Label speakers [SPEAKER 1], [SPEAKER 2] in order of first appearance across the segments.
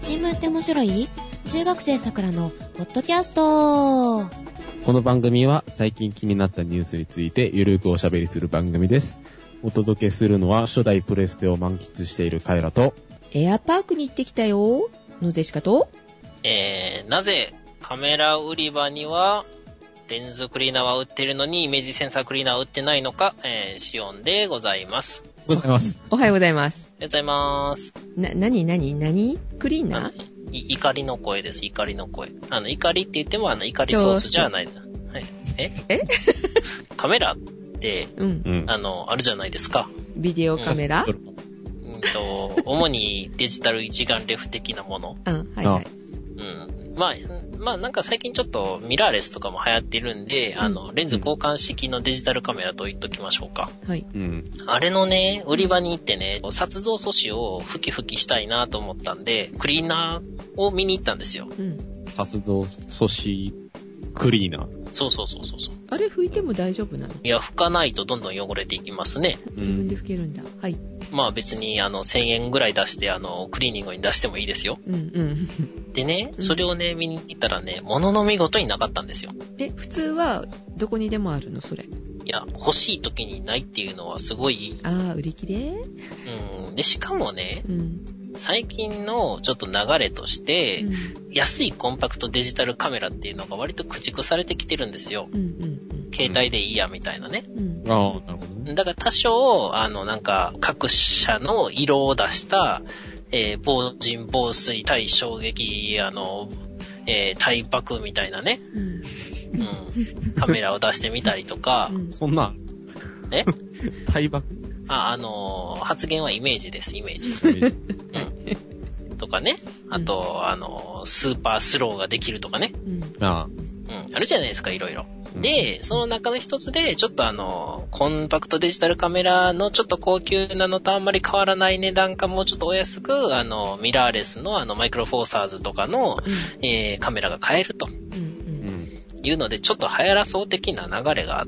[SPEAKER 1] 新聞って面白い中学生さくらのポッドキャスト
[SPEAKER 2] この番組は最近気になったニュースについてゆるくおしゃべりする番組です。お届けするのは初代プレステを満喫しているカイラと、
[SPEAKER 3] エアパークに行ってきたよ。のぜしかと。
[SPEAKER 4] えー、なぜカメラ売り場にはレンズクリーナーは売ってるのにイメージセンサークリーナーは売ってないのか、えー、シオンでございます。あり
[SPEAKER 2] ございます。
[SPEAKER 3] おはようございます。
[SPEAKER 4] がとうございます。
[SPEAKER 3] な、なになになにクリー
[SPEAKER 4] あの
[SPEAKER 3] ナー
[SPEAKER 4] い怒りの声です、怒りの声。あの、怒りって言っても、あの、怒りソースじゃないな。はい。え
[SPEAKER 3] え
[SPEAKER 4] カメラって、
[SPEAKER 3] うん
[SPEAKER 2] う。ん。
[SPEAKER 4] あの、あるじゃないですか。
[SPEAKER 3] ビデオカメラ
[SPEAKER 4] うんと、主にデジタル一眼レフ的なもの。
[SPEAKER 3] うん、はいはい。
[SPEAKER 4] うん。まあ、まあなんか最近ちょっとミラーレスとかも流行ってるんで、あの、レンズ交換式のデジタルカメラと言っときましょうか。
[SPEAKER 3] はい。
[SPEAKER 2] うん。
[SPEAKER 4] あれのね、売り場に行ってね、撮像素子をふきふきしたいなと思ったんで、クリーナーを見に行ったんですよ。
[SPEAKER 3] うん。
[SPEAKER 2] 殺動阻止クリーナー。
[SPEAKER 4] そうそうそうそうそう。
[SPEAKER 3] あれ拭いても大丈夫なの
[SPEAKER 4] いや、拭かないとどんどん汚れていきますね。
[SPEAKER 3] 自分で拭けるんだ。はい。
[SPEAKER 4] まあ別に、あの、1000円ぐらい出して、あの、クリーニングに出してもいいですよ。
[SPEAKER 3] うんうん。
[SPEAKER 4] でね、
[SPEAKER 3] うん
[SPEAKER 4] それをね、見に行ったらね、ものの見事になかったんですよ。
[SPEAKER 3] え、普通は、どこにでもあるのそれ。
[SPEAKER 4] いや、欲しい時にないっていうのはすごい、
[SPEAKER 3] あー、売り切れ
[SPEAKER 4] うん。で、しかもね、
[SPEAKER 3] うん。
[SPEAKER 4] 最近のちょっと流れとし
[SPEAKER 3] う
[SPEAKER 4] て
[SPEAKER 3] ん、。
[SPEAKER 4] 安いコンパクトデジタルカメラっていうのが割と駆逐されてきてるんですよ。
[SPEAKER 3] うん。うん
[SPEAKER 4] 携帯でいいやみたいなね。
[SPEAKER 3] うん。うん。
[SPEAKER 2] ああ、なるほどね。
[SPEAKER 4] だから多少、あの、なんか、各社の色を出した、えー防塵防水対衝撃、あの、えー対爆みたいなね、
[SPEAKER 3] うん。
[SPEAKER 4] うん、カメラを出してみたりとか
[SPEAKER 3] う、ん
[SPEAKER 2] そんな、
[SPEAKER 4] ね、
[SPEAKER 2] 対爆
[SPEAKER 4] あ、あの、発言はイメージです、イメージ。うん。とかね、あと、あの、スーパースローができるとかね、
[SPEAKER 3] うん。
[SPEAKER 2] ああ。
[SPEAKER 4] うん、あるじゃないですか、いろいろ。で、その中の一つで、ちょっとあの、コンパクトデジタルカメラのちょっと高級なのとあんまり変わらない値段かもうちょっとお安く、あの、ミラーレスのあの、マイクロフォーサーズとかの、えー、カメラが買えると
[SPEAKER 3] うん。う。
[SPEAKER 2] うんん。
[SPEAKER 4] いうので、ちょっと流行らそう的な流れが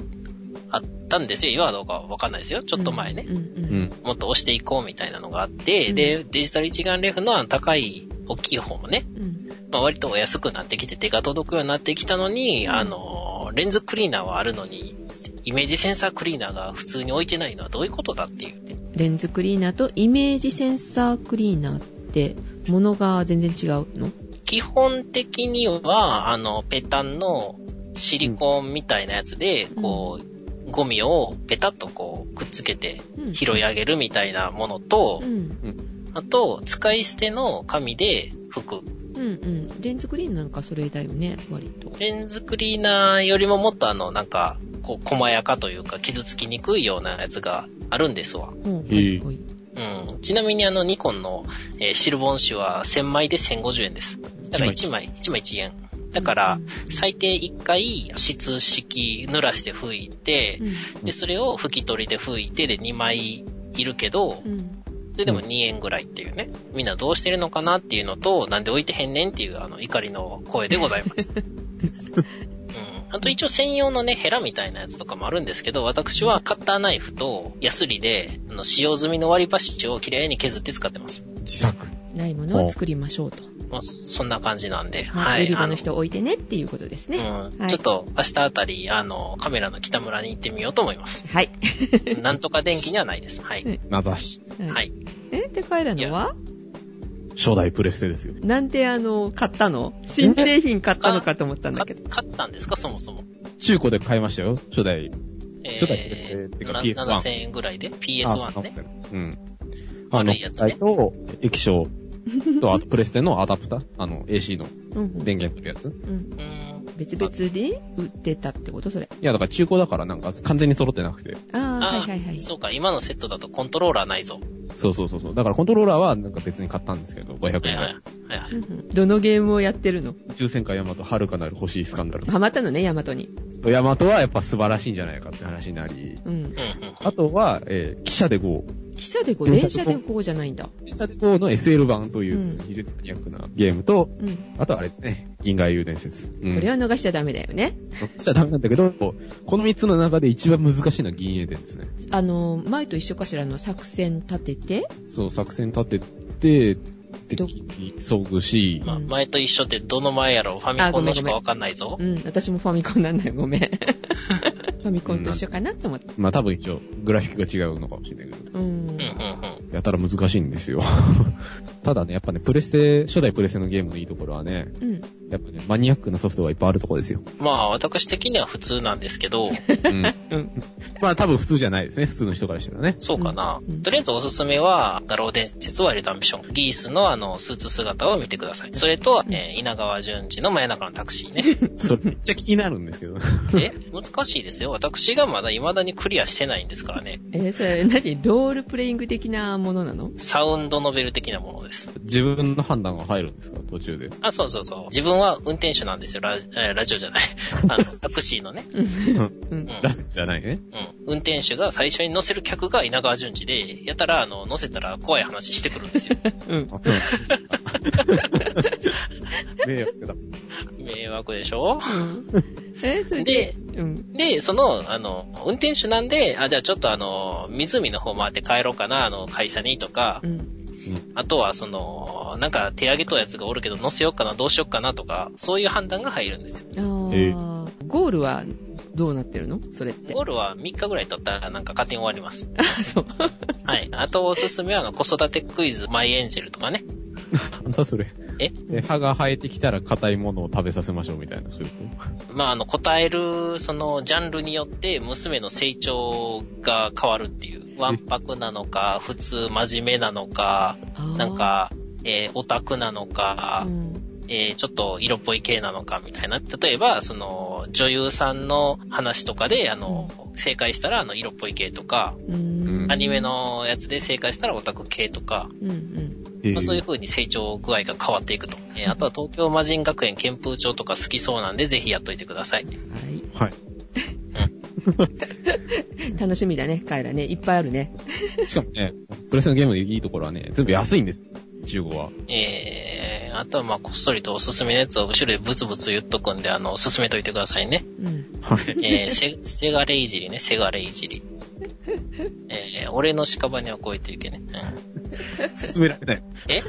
[SPEAKER 4] あったんですよ。今はどうかわかんないですよ。ちょっと前ね
[SPEAKER 3] う。ん。
[SPEAKER 2] う
[SPEAKER 3] うん。
[SPEAKER 2] ん。
[SPEAKER 4] もっと押していこうみたいなのがあって、
[SPEAKER 3] うん
[SPEAKER 4] で、デジタル一眼レフのあの高い、大きい方もね、
[SPEAKER 3] うん。
[SPEAKER 4] まあ、割とお安くなってきて手が届くようになってきたのに、あの、レンズクリーナーはあるのに、イメージセンサークリーナーが普通に置いてないのはどういうことだっていう。
[SPEAKER 3] レンズクリーナーとイメージセンサークリーナーって、ものが全然違うの
[SPEAKER 4] 基本的には、あの、ペタンのシリコンみたいなやつで、
[SPEAKER 3] うん
[SPEAKER 4] こう、ゴミをペタッとこう、くっつけて
[SPEAKER 3] うん。
[SPEAKER 4] 拾い上げるみたいなものと
[SPEAKER 3] う、ん。
[SPEAKER 4] あと、使い捨ての紙で拭く。
[SPEAKER 3] うんうん。レンズクリーンなんかそれだよね、割と。
[SPEAKER 4] レンズクリーナーよりももっとあの、なんか、こう、細やかというか、傷つきにくいようなやつがあるんですわ。
[SPEAKER 3] ほう
[SPEAKER 2] へえ
[SPEAKER 3] ほいほい
[SPEAKER 4] うん。ちなみにあの、ニコンの、えーシルボン紙は1000枚で1050円です。だから1枚、1枚1円。だから、、最低1回、質式濡らして拭いて
[SPEAKER 3] う、ん
[SPEAKER 4] で、それを拭き取りで拭いて、で、2枚いるけど
[SPEAKER 3] う、ん
[SPEAKER 4] それでも2円ぐらいっていうね。みんなどうしてるのかなっていうのと、なんで置いてへんねんっていう、あの、怒りの声でござい ました。うん。あと一応専用のね、ヘラみたいなやつとかもあるんですけど、私はカッターナイフとヤスリで、あの、使用済みの割り箸をきれいに削って使ってます。
[SPEAKER 2] 自作。
[SPEAKER 3] ないものを作りましょうと。
[SPEAKER 4] まあ、そんな感じなんで、
[SPEAKER 3] は。
[SPEAKER 4] はい
[SPEAKER 3] 売
[SPEAKER 4] い。
[SPEAKER 3] り場
[SPEAKER 4] あ
[SPEAKER 3] の人置いてねっていうことです
[SPEAKER 4] う
[SPEAKER 3] ね。
[SPEAKER 4] ん、
[SPEAKER 3] はい
[SPEAKER 4] ちょっと明日あたり、あの、カメラの北村に行ってみようと思 います。
[SPEAKER 3] はい。
[SPEAKER 4] なんとか電気にはないです。はい。
[SPEAKER 2] 名指し。
[SPEAKER 4] は。い。
[SPEAKER 3] えで、帰らのは
[SPEAKER 2] 初代プレステですよ。
[SPEAKER 3] なんであの、買ったの新製品買ったのかと思ったんだ
[SPEAKER 4] か
[SPEAKER 3] けど。
[SPEAKER 4] 買ったんですかそもそも。
[SPEAKER 2] 中古で買いましたよ。初代。
[SPEAKER 4] え
[SPEAKER 2] 初代プレステっていうか PS1
[SPEAKER 4] 7000円ぐらいで PS1 ね。。
[SPEAKER 2] うん。あの、
[SPEAKER 4] 悪いやつね
[SPEAKER 2] 機械と液晶と、 あとプレステのアダプター、あの、AC の
[SPEAKER 3] うんうん
[SPEAKER 2] 電源取るやつ。
[SPEAKER 3] うん
[SPEAKER 4] うーん。
[SPEAKER 3] 別々で売ってたってことそれ。
[SPEAKER 2] いや、だから中古だからなんか完全に揃ってなくて。
[SPEAKER 3] ああ、
[SPEAKER 4] あ
[SPEAKER 3] はいはいはい。
[SPEAKER 4] そうか、今のセットだとコントローラーないぞ。
[SPEAKER 2] そうそうそうそう。だからコントローラーはなんか別に買ったんですけど、500円
[SPEAKER 4] はい
[SPEAKER 2] で。
[SPEAKER 4] はい。はいは
[SPEAKER 3] う
[SPEAKER 4] い
[SPEAKER 3] んうんどのゲームをやってるの
[SPEAKER 2] 宇宙戦艦ヤマト、遥かなる星イスカンダル。
[SPEAKER 3] ハマったのね、ヤマトに。
[SPEAKER 2] ヤマトはやっぱ素晴らしいんじゃないかって話になり、
[SPEAKER 3] うん。
[SPEAKER 4] うんうん
[SPEAKER 2] あとは、えー、汽車で GO。
[SPEAKER 3] 汽車でこう、電車でこうじゃないんだ。
[SPEAKER 2] 汽車で GO の SL 版といううんですね、非常にマニアックなゲームと、
[SPEAKER 3] うん。
[SPEAKER 2] あとはあれですね、銀河英雄伝説。うん。
[SPEAKER 3] これは逃しちゃダメだよね。
[SPEAKER 2] しちゃダメなんだけど、この3つの中で一番難しいのは銀英伝ですね。
[SPEAKER 3] あの、前と一緒かしらの作戦立てて、
[SPEAKER 2] そう、作戦立てて、敵に遭遇し、
[SPEAKER 4] まあ、
[SPEAKER 3] うん
[SPEAKER 4] 前と一緒ってどの前やろうファミコンのしかわかんないぞ
[SPEAKER 3] う。ん、私もファミコンなんだよ、ご めん。ファミコンと一緒かなと思って。
[SPEAKER 2] まあ多分一応、グラフィックが違うのかもしれないけど、
[SPEAKER 3] う
[SPEAKER 4] うんんうん。うん。
[SPEAKER 2] やたら難しいんですよ。 ただね、やっぱね、プレステ、初代プレステのゲームのいいところはね、
[SPEAKER 3] うん。
[SPEAKER 2] やっぱね、マニアックなソフトがいっぱいあるとこですよ。
[SPEAKER 4] まあ、私的には普通なんですけ
[SPEAKER 2] う
[SPEAKER 4] ど、
[SPEAKER 2] ん。
[SPEAKER 3] うん。
[SPEAKER 2] まあ多分普通じゃないですね、普通の人からしたらね。
[SPEAKER 4] そうかな
[SPEAKER 3] うん。
[SPEAKER 4] とりあえずおすすめは、画廊伝説はエルダンビション。ギースのあの、スーツ姿を見てください。それと、えー稲川淳二の真夜中のタクシ ーね。
[SPEAKER 2] それめっちゃ気になるんですけど。
[SPEAKER 4] え、難しいですよ。私がまだ未だにクリアしてないんですからね。
[SPEAKER 3] えーそれ何ロールプレイング的なものなの
[SPEAKER 4] サウンドノベル的なものです。
[SPEAKER 2] 自分の判断が入るんですか、途中で。
[SPEAKER 4] あ、そうそうそう。自分は運転手なんですよ。ラ,、えーラジオじゃ ない。あの、タクシーのね。
[SPEAKER 3] うん。
[SPEAKER 2] 出すんじゃないね。
[SPEAKER 4] うん。運転手が最初に乗せる客が稲川淳二で、やたら、あの、乗せたら怖い話してくるんですよ。
[SPEAKER 3] うん。
[SPEAKER 2] 迷惑だ。
[SPEAKER 4] 迷惑でしょ
[SPEAKER 3] えーそれで、うん。
[SPEAKER 4] で、その、あの、運転手なんで、あ、じゃあちょっとあの、湖の方回って帰ろうかな、あの、会社にとか
[SPEAKER 3] う、ん。
[SPEAKER 4] あとはその、なんか手上げとうやつがおるけど乗せようかな、どうしようかなとか、そういう判断が入るんですよ。
[SPEAKER 3] あーゴールはどうなってるのそれって
[SPEAKER 4] ゴ。ールは3日ぐらい経ったらなんか勝手に終わります。
[SPEAKER 3] あ、そう。
[SPEAKER 4] はい。あとおすすめはあの、子育てクイズ、マイエンジェルとかね。
[SPEAKER 2] なんだそれ。
[SPEAKER 4] え
[SPEAKER 2] で歯が生えてきたら硬いものを食べさせましょうみたいな、そういうこ
[SPEAKER 4] まあ、あの、答える、その、ジャンルによって、娘の成長が変わるっていう。わんぱくなのか、普通真面目なのか、
[SPEAKER 3] あー
[SPEAKER 4] なん、か、えーオタクなのか、
[SPEAKER 3] うん。
[SPEAKER 4] えーちょっと色っぽい系なのかみたいな。例えば、その、女優さんの話とかで、あの、正解したら、あの、色っぽい系とか、
[SPEAKER 3] うん。
[SPEAKER 4] アニメ。のやつで正解したらオタク系とか、
[SPEAKER 3] うんうん。
[SPEAKER 2] と。
[SPEAKER 4] まあ、そういう
[SPEAKER 2] へ
[SPEAKER 4] 風に成長具合が変わっていくと。えーあとは東京魔人学園剣風町とか好きそうなんで、ぜひやっといてください。
[SPEAKER 3] はい。
[SPEAKER 2] ーは
[SPEAKER 3] 楽しみだね、カイラね。いっぱいあるね。
[SPEAKER 2] い。しかもね、プレステのゲームのいいところはね、全部安いんです。15は。
[SPEAKER 4] えー、あとはまあ、こっそりとおすすめのやつを後ろでブツブツ言っとくんで、あの、進めといてくださいね。
[SPEAKER 3] うん。
[SPEAKER 2] はい。
[SPEAKER 4] えー、セセガレイジリね、セガレイジリ。えー、俺の屍を越えていけね。うん
[SPEAKER 2] 進められない。
[SPEAKER 4] え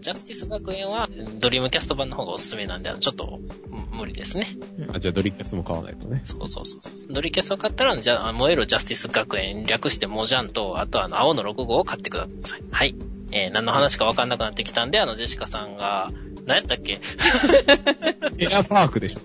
[SPEAKER 4] ジャスティス学園は、ドリームキャスト版の方がおすすめなんで、あのちょっと、む無理ですね。
[SPEAKER 2] あ、じゃあドリキャスも買わないとね。
[SPEAKER 4] そうそうそうそう。ドリキャスを買ったら、じゃあ、燃えるジャスティス学園、略してモジャンと、あとあの、青の6号を買ってください。はい。えー、何の話かわかんなくなってきたんで、あの、ジェシカさんが、何やったっけ
[SPEAKER 2] エアパークでしょ。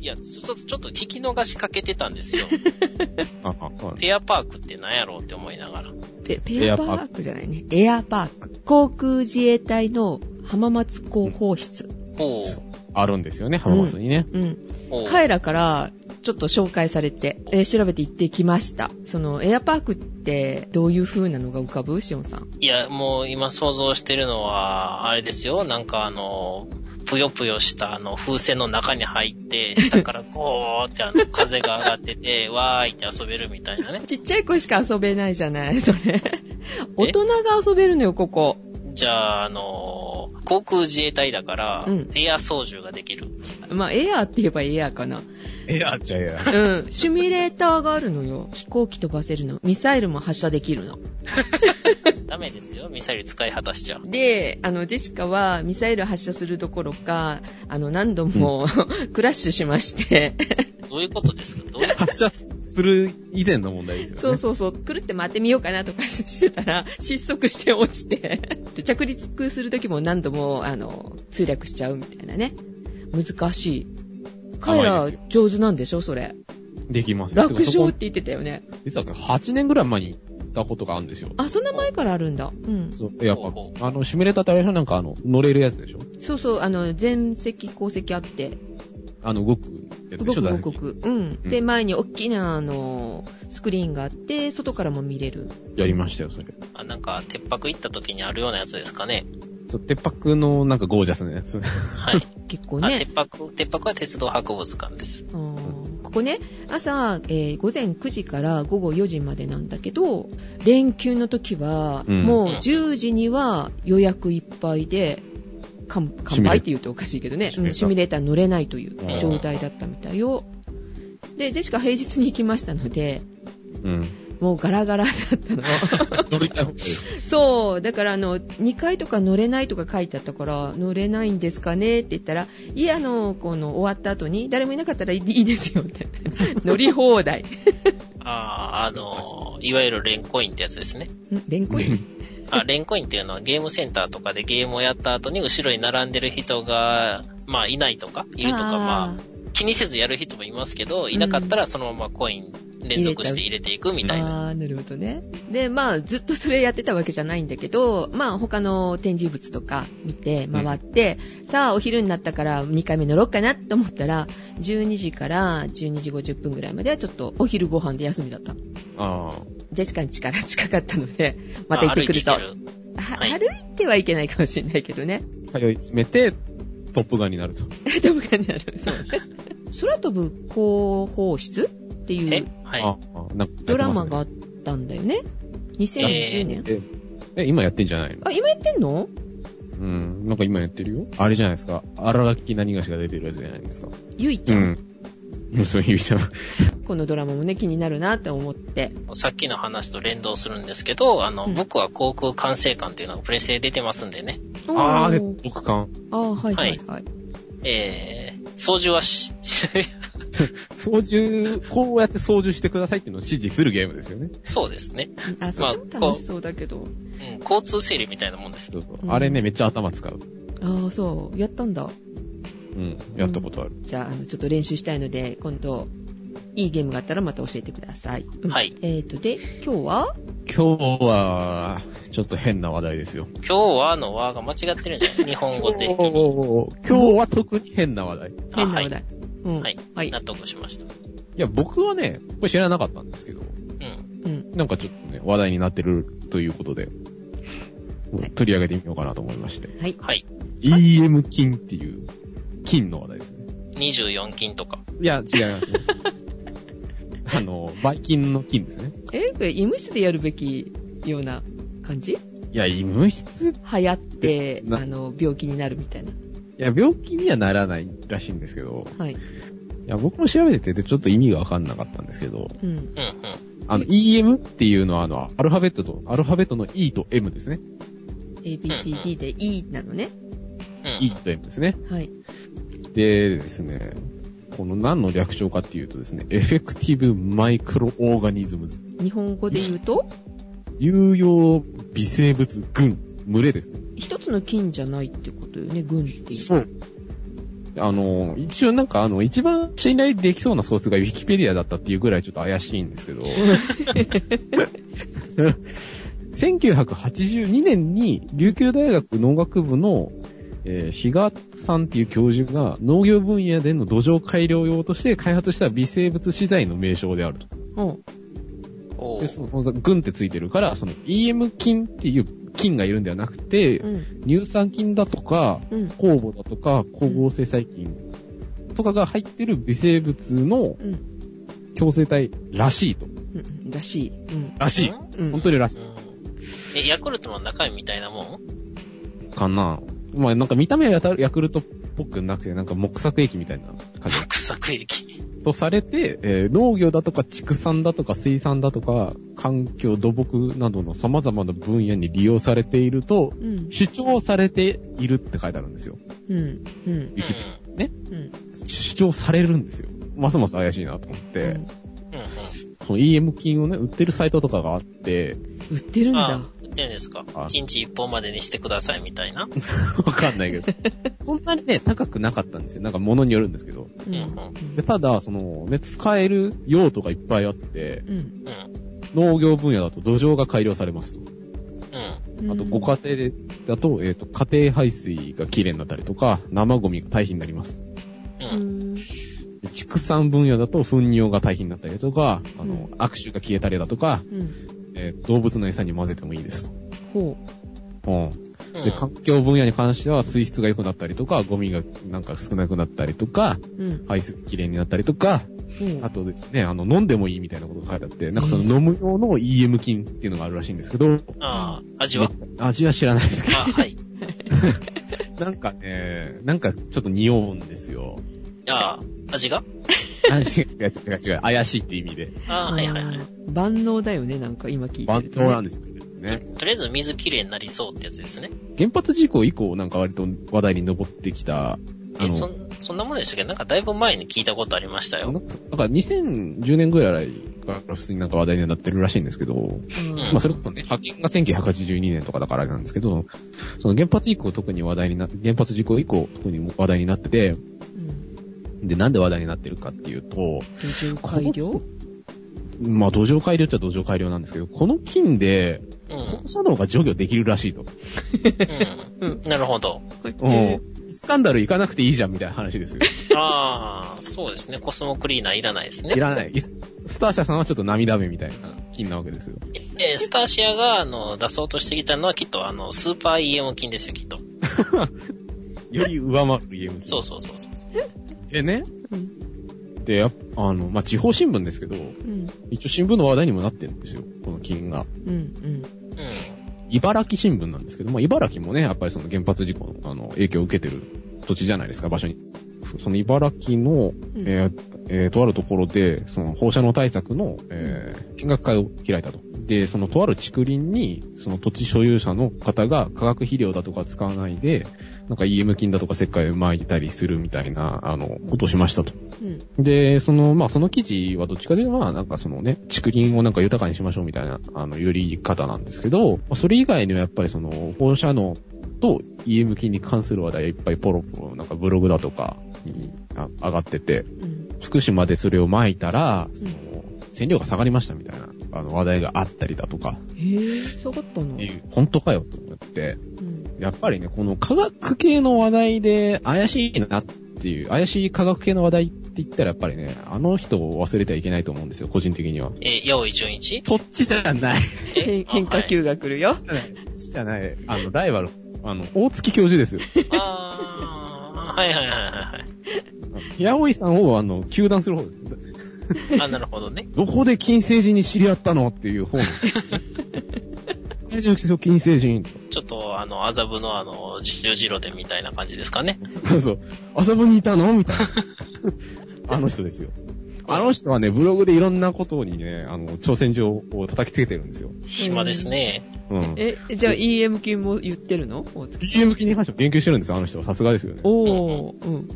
[SPEAKER 4] いや、ちょっと、ちょっと聞き逃しかけてたんですよ。
[SPEAKER 2] あ、あ、そう
[SPEAKER 4] ペアパークって何やろうって思いながら。
[SPEAKER 3] ペペアパークじゃないね。エアパーク。航空自衛隊の浜松広報室。
[SPEAKER 4] ほう。
[SPEAKER 2] あるんですよね、浜松にね。
[SPEAKER 3] うん。
[SPEAKER 4] おう
[SPEAKER 3] カエラからちょっと紹介されて、えー調べて行ってきました。そのエアパークってどういう風なのが浮かぶしおんさん。
[SPEAKER 4] いや、もう今想像してるのは、あれですよ、なんかあの、ぷよぷよしたあの風船の中に入って、下からゴーってあの風が上がってて、 わーいって遊べるみたいなね。
[SPEAKER 3] ちっちゃい子しか遊べないじゃない、それ。大人が遊べるのよ、ここ。
[SPEAKER 4] じゃあ、あの、航空自衛隊だから
[SPEAKER 3] うん、
[SPEAKER 4] エア操縦ができる。
[SPEAKER 3] まあ、エアーって言えばエアーかな。
[SPEAKER 2] エアじゃあエア。
[SPEAKER 3] うん。シミュレーターがあるのよ。飛行機飛ばせるの。ミサイルも発射できるの。
[SPEAKER 4] ダメですよ、ミサイル使い果たしちゃう。
[SPEAKER 3] で、あの、ジェシカはミサイル発射するどころか、あの、何度も クラッシュしまして、
[SPEAKER 4] どういうことですかどういう
[SPEAKER 2] 発射する以前の問題ですよね。
[SPEAKER 3] そうそうそう、くるって回ってみようかなとかしてたら、失速して落ちて、 着陸するときも何度も、あの、通略しちゃうみたいなね。難しい。彼
[SPEAKER 2] 甘
[SPEAKER 3] ら
[SPEAKER 2] いです
[SPEAKER 3] 上手なんでしょそれ。
[SPEAKER 2] できますよ。
[SPEAKER 3] 楽勝っ
[SPEAKER 2] でも
[SPEAKER 3] て言ってたよね。
[SPEAKER 2] そこ実は8年ぐらい前に行ったことがあるんですよ。
[SPEAKER 3] あ、そんな前からあるんだ。うん。
[SPEAKER 2] そう、やっ
[SPEAKER 4] ほう
[SPEAKER 2] ぱ
[SPEAKER 4] ほ、
[SPEAKER 2] あの、シミュレーターってあれでしょなんかあの、乗れるやつでしょ
[SPEAKER 3] そうそう、あの、前席、後席あって、
[SPEAKER 2] あの、動くやつで
[SPEAKER 3] 動
[SPEAKER 2] しょ
[SPEAKER 3] く
[SPEAKER 2] 座
[SPEAKER 3] 動
[SPEAKER 2] 席
[SPEAKER 3] く。うん。
[SPEAKER 2] うん
[SPEAKER 3] で、前に大きな、あの、スクリーンがあって、外からも見れる。
[SPEAKER 2] やりましたよ、それ。
[SPEAKER 4] あなんか、鉄泊行った時にあるようなやつですかね。
[SPEAKER 2] そう、鉄泊のなんかゴージャスなや つ。
[SPEAKER 4] はい。
[SPEAKER 3] 結構
[SPEAKER 4] あ、
[SPEAKER 3] ね
[SPEAKER 4] 鉄。泊、鉄泊は鉄道博物館です。
[SPEAKER 3] あーここね、朝、えー午前9時から午後4時までなんだけど、連休の時は、
[SPEAKER 2] うん
[SPEAKER 3] もう10時には予約いっぱいで、完完売って言うとおかしいけどね、
[SPEAKER 2] シミュレーター
[SPEAKER 3] うんシミュレーター乗れないという状態だったみたいよ。で、ジェシカ平日に行きましたので、
[SPEAKER 2] うん。
[SPEAKER 3] もうガラガラだったの。
[SPEAKER 2] 乗りたい方がいい。
[SPEAKER 3] そう、だからあの、2階とか乗れないとか書いてあったから、乗れないんですかねって言ったら、いや、あの、この終わった後に、誰もいなかったらいいいいですよって。乗り放題。ん
[SPEAKER 4] ああ、あのー、いわゆるレンコインってやつですね。
[SPEAKER 3] レンコイン
[SPEAKER 4] あ、レンコインっていうのはゲームセンターとかでゲームをやった後に後ろに並んでる人が、まあいないとか、いるとか、ま
[SPEAKER 3] あ
[SPEAKER 4] あ気にせずやる人もいますけど、いなかったらそのままコイン連続して入れていくみたいな。
[SPEAKER 3] あー、なるほどね。で、まあ、ずっとそれやってたわけじゃないんだけど、まあ、他の展示物とか見て回って、さあ、お昼になったから2回目乗ろうかなと思ったら、12時から12時50分ぐらいまではちょっとお昼ご飯で休みだった。
[SPEAKER 2] あ
[SPEAKER 3] ジェシカに力近かったので、また行ってくるぞ
[SPEAKER 4] あ。歩いていける
[SPEAKER 3] は
[SPEAKER 4] はい
[SPEAKER 3] 歩いてはいけないかもしれないけどね。
[SPEAKER 2] あ。通い詰めて、トップガンになると。
[SPEAKER 3] 飛ぶかになる。そう。空飛ぶ広報室っていう
[SPEAKER 4] えはい。
[SPEAKER 2] ああなんかやってますね
[SPEAKER 3] ドラマがあったんだよね。2010年。
[SPEAKER 2] え、今やってんじゃないの
[SPEAKER 3] あ、今やってんの
[SPEAKER 2] うん。なんか今やってるよ。あれじゃないですか。荒垣何がしが出てるやつじゃないですか。
[SPEAKER 3] ゆいち
[SPEAKER 2] う
[SPEAKER 3] ゃん,、
[SPEAKER 2] ん。そういう意味じゃん。
[SPEAKER 3] このドラマもね、気になるなって思って。
[SPEAKER 4] さっきの話と連動するんですけど、あの、
[SPEAKER 3] うん
[SPEAKER 4] 僕は航空管制官というのがプレステで出てますんでね。
[SPEAKER 2] ああ、で、
[SPEAKER 3] おー
[SPEAKER 2] 僕感。
[SPEAKER 3] あー、はいはいはい。
[SPEAKER 4] えー、操縦はし、
[SPEAKER 2] 操縦、こうやって操縦してくださいっていうのを指示するゲームですよね。
[SPEAKER 4] そうですね。
[SPEAKER 3] あ、そっちも楽しそうだけど。
[SPEAKER 4] うん、交通整理みたいなもんです。
[SPEAKER 2] そうそう
[SPEAKER 3] うん
[SPEAKER 2] あれね、めっちゃ頭使う。
[SPEAKER 3] ああ、そう。やったんだ。
[SPEAKER 2] うん。やったことある。
[SPEAKER 3] じゃあ、あの、ちょっと練習したいので、今度、いいゲームがあったらまた教えてください。うん
[SPEAKER 4] はい。
[SPEAKER 3] えーと、で、今日は
[SPEAKER 2] 今日は、ちょっと変な話題ですよ。
[SPEAKER 4] 今日はの和が間違ってるん じゃない日本語的に。
[SPEAKER 2] 今日は特に変な話題。い
[SPEAKER 4] あ
[SPEAKER 3] 変な
[SPEAKER 4] は
[SPEAKER 3] 話
[SPEAKER 4] い。
[SPEAKER 3] 題。うん。
[SPEAKER 4] はい。
[SPEAKER 3] はい。
[SPEAKER 4] 納得しました。
[SPEAKER 2] や、僕はね、これ知らなかったんですけど、
[SPEAKER 4] うん。
[SPEAKER 3] うん。
[SPEAKER 2] なんかちょっとね、話題になってるということで、
[SPEAKER 3] はい
[SPEAKER 2] 取り上げてみようかなと思いまして。
[SPEAKER 3] はい。
[SPEAKER 4] はい。
[SPEAKER 2] EM 金っていう、金の話題ですね。
[SPEAKER 4] 24金とか。
[SPEAKER 2] いや、違います ね。あの、バイキンの金ですね。
[SPEAKER 3] え、これ、医務室でやるべきような感じ
[SPEAKER 2] いや、医務室、い
[SPEAKER 3] 流行って、
[SPEAKER 2] な
[SPEAKER 3] あの、病気になるみたいな。
[SPEAKER 2] や、病気にはならないらしいんですけど、
[SPEAKER 3] はい。
[SPEAKER 2] いや、僕も調べてて、ちょっと意味がわかんなかったんですけど、
[SPEAKER 3] うん。
[SPEAKER 4] うんうん。
[SPEAKER 2] あの、EM っていうのは、あの、アルファベットと、アルファベットの E と M ですね。
[SPEAKER 3] A, B, C, D で E なのね。
[SPEAKER 4] うん
[SPEAKER 2] E と M ですね。
[SPEAKER 3] はい。
[SPEAKER 2] でですね、この何の略称かっていうとですね、エフェクティブマイクロオーガニズムズ、
[SPEAKER 3] 日本語で言うと、
[SPEAKER 2] 有用微生物群、群れですね。
[SPEAKER 3] 一つの菌じゃないってことよね、群っていう。
[SPEAKER 2] う。あの、一応なんかあの、一番信頼できそうなソースがウィキペディアだったっていうぐらいちょっと怪しいんですけ ど。1982年に琉球大学農学部の、えー、比嘉さんっていう教授が農業分野での土壌改良用として開発した微生物資材の名称であると。
[SPEAKER 3] うん。
[SPEAKER 4] お
[SPEAKER 2] で、
[SPEAKER 4] ー
[SPEAKER 2] その、群ってついてるから、その EM 菌っていう菌がいるんではなくて、
[SPEAKER 3] うん。
[SPEAKER 2] 乳酸菌だとか、
[SPEAKER 3] うん。
[SPEAKER 2] 酵母だとか、光合成細菌とかが入ってる微生物の
[SPEAKER 3] うん。
[SPEAKER 2] 共生体らしいと。
[SPEAKER 3] うん。らしい。うん。
[SPEAKER 2] らしい。
[SPEAKER 3] うん。
[SPEAKER 2] 本当にらし
[SPEAKER 4] うんえ、ヤクルトの中身みたいなも ん
[SPEAKER 2] い。かなまあなんか見た目はやたヤクルトっぽくなくて、なんか木作液みたいな感じ。
[SPEAKER 4] 国策液。
[SPEAKER 2] とされて、えー農業だとか畜産だとか水産だとか、環境、土木などの様々な分野に利用されていると、
[SPEAKER 3] うん。
[SPEAKER 2] 主張されているって書いてあるんですよ。
[SPEAKER 3] うん。うん。
[SPEAKER 4] う
[SPEAKER 2] ウィキ
[SPEAKER 4] ん。
[SPEAKER 3] うん。
[SPEAKER 2] 主張されるんですよ。ますます怪しいなと思って。
[SPEAKER 3] うん
[SPEAKER 4] うんうん。
[SPEAKER 2] その EM 金をね、売ってるサイトとかがあって、
[SPEAKER 3] 売ってるんだ
[SPEAKER 4] あ。、売ってるんですか
[SPEAKER 2] あ
[SPEAKER 4] ?1 日1本までにしてくださいみたいな。うん
[SPEAKER 2] わかんないけど。そんなにね、高くなかったんですよ。なんか物によるんですけど。
[SPEAKER 3] う
[SPEAKER 4] うん
[SPEAKER 3] ん。
[SPEAKER 2] で、ただ、その、ね、使える用途がいっぱいあって、
[SPEAKER 3] うん。
[SPEAKER 2] 農業分野だと土壌が改良されますと。
[SPEAKER 4] うん。
[SPEAKER 3] うん。
[SPEAKER 2] あと、ご家庭で、だと、えっ、と、家庭排水がきれいになったりとか、生ゴミが堆肥になります。
[SPEAKER 4] う。
[SPEAKER 3] うんん。
[SPEAKER 2] で畜産分野だと、糞尿が堆肥になったりとか、あの、
[SPEAKER 3] うん
[SPEAKER 2] 悪臭が消えたりだとか、
[SPEAKER 3] うん。
[SPEAKER 2] えー動物の餌に混ぜてもいいです
[SPEAKER 3] ほ
[SPEAKER 2] と。うん。
[SPEAKER 4] うん。
[SPEAKER 2] で、環境分野に関しては水質が良くなったりとか、ゴミがなんか少なくなったりとか、
[SPEAKER 3] う。うん。
[SPEAKER 2] 排水きれいになったりとか、
[SPEAKER 3] ほう。
[SPEAKER 2] あとですね、あの、飲んでもいいみたいなことが書いてあって、なんかその飲む用の EM 菌っていうのがあるらしいんですけど、
[SPEAKER 4] ああ、味は
[SPEAKER 2] 味は知らないですけ
[SPEAKER 4] あ、はい。
[SPEAKER 2] ど、なんかね、なんかちょっと匂うんですよ。
[SPEAKER 4] ああ、味が
[SPEAKER 2] あ違う違う違う違う。怪しいって意味で。
[SPEAKER 4] ああ、はいはいはい。
[SPEAKER 3] うん万能だよね、なんか今聞いて
[SPEAKER 2] 万
[SPEAKER 3] ると、ね。
[SPEAKER 2] 能なんですよね。
[SPEAKER 4] とりあえず水きれいになりそうってやつですね。
[SPEAKER 2] 原発事故以降なんか割と話題に上ってきた、あ
[SPEAKER 4] え、
[SPEAKER 2] の
[SPEAKER 4] そ、ん、そんなもんでしたっけど、なんかだいぶ前に聞いたことありました
[SPEAKER 2] なん
[SPEAKER 4] よ。
[SPEAKER 2] か2010年ぐらいから普通になんか話題になってるらしいんですけど、
[SPEAKER 3] うん
[SPEAKER 4] うん
[SPEAKER 2] まあそれこそね、発見が1982年とかだからなんですけど、その原発以降特に話題にな、原発事故以降特に話題になってて、
[SPEAKER 3] うん
[SPEAKER 2] で、なんで話題になってるかっていうと、
[SPEAKER 3] 土壌改良
[SPEAKER 2] まあ土壌改良っちゃ土壌改良なんですけど、この菌で、
[SPEAKER 4] うん。
[SPEAKER 2] 放射能が除去できるらしいと。
[SPEAKER 4] うん。なるほど。
[SPEAKER 2] うん。スキャンダル行かなくていいじゃんみたいな話 ですよ。
[SPEAKER 4] ああ、そうですね。コスモクリーナーいらないですね
[SPEAKER 2] い。らない。ススターシャさんはちょっと涙目みたいな菌なわけですよ。
[SPEAKER 4] で、スターシアが、あの、出そうとしてきたのはきっと、あの、スーパー EM 菌ですよ、きっと。
[SPEAKER 2] より上回る EM
[SPEAKER 4] そうそうそうそう。
[SPEAKER 2] でね。
[SPEAKER 3] うん
[SPEAKER 2] で、やっぱあの、まあ、地方新聞ですけど、
[SPEAKER 3] うん
[SPEAKER 2] 一応新聞の話題にもなってるんですよ。この菌が。
[SPEAKER 3] うん
[SPEAKER 4] うん。
[SPEAKER 2] 茨城新聞なんですけど、まあ、茨城もね、やっぱりその原発事故の、あの、影響を受けてる土地じゃないですか、場所に。その茨城の、
[SPEAKER 3] うん
[SPEAKER 2] えーえーとあるところで、その放射能対策の、えー見学会を開いたと。で、そのとある竹林に、その土地所有者の方が化学肥料だとか使わないで、なんか EM 菌だとか石灰を撒いたりするみたいな、あの、ことをしましたと。
[SPEAKER 3] うん
[SPEAKER 2] で、その、まあ、その記事はどっちかというと、まあ、なんかそのね、竹林をなんか豊かにしましょうみたいな、あの、より方なんですけど、まあそれ以外にはやっぱりその、放射能と EM 菌に関する話題がいっぱいポロポロ、なんかブログだとかにあ上がってて、
[SPEAKER 3] うん
[SPEAKER 2] 福島でそれを撒いたら、その、線量が下がりましたみたいな、あの、話題があったりだとか、
[SPEAKER 3] へぇ、下がったの
[SPEAKER 2] っていう本当かよと思って、
[SPEAKER 3] うん
[SPEAKER 2] やっぱりね、この科学系の話題で怪しいなっていう、怪しい科学系の話題って言ったらやっぱりね、あの人を忘れてはいけないと思うんですよ、個人的には。
[SPEAKER 4] え、八尾純一
[SPEAKER 2] そっちじゃない。
[SPEAKER 4] え
[SPEAKER 3] 変変化。球が来るよ。
[SPEAKER 2] じゃない。あの、ライバル、あの、大月教授ですよ。
[SPEAKER 4] あはいあーはいはいはいはい
[SPEAKER 2] 八尾井さんを、あの、糾弾する方です。
[SPEAKER 4] はい。あ、なるほどね。
[SPEAKER 2] どこで金星人に知り合ったのっていう方 の。最初に金星人。
[SPEAKER 4] ちょっと、あの、麻布のあの、十字路でみたいな感じですかね。
[SPEAKER 2] そうそう。遊びにいたのみたいな。あの人ですよ。あの人はね、ブログでいろんなことにね、あの、挑戦状を叩きつけてるんですよ。
[SPEAKER 4] 暇ですね。
[SPEAKER 2] うん。
[SPEAKER 3] え、じゃあ EM 菌も言ってるの大月
[SPEAKER 2] BGM 機に関しても言及してるんですよ、あの人は。さすがですよね。
[SPEAKER 3] おー、うん。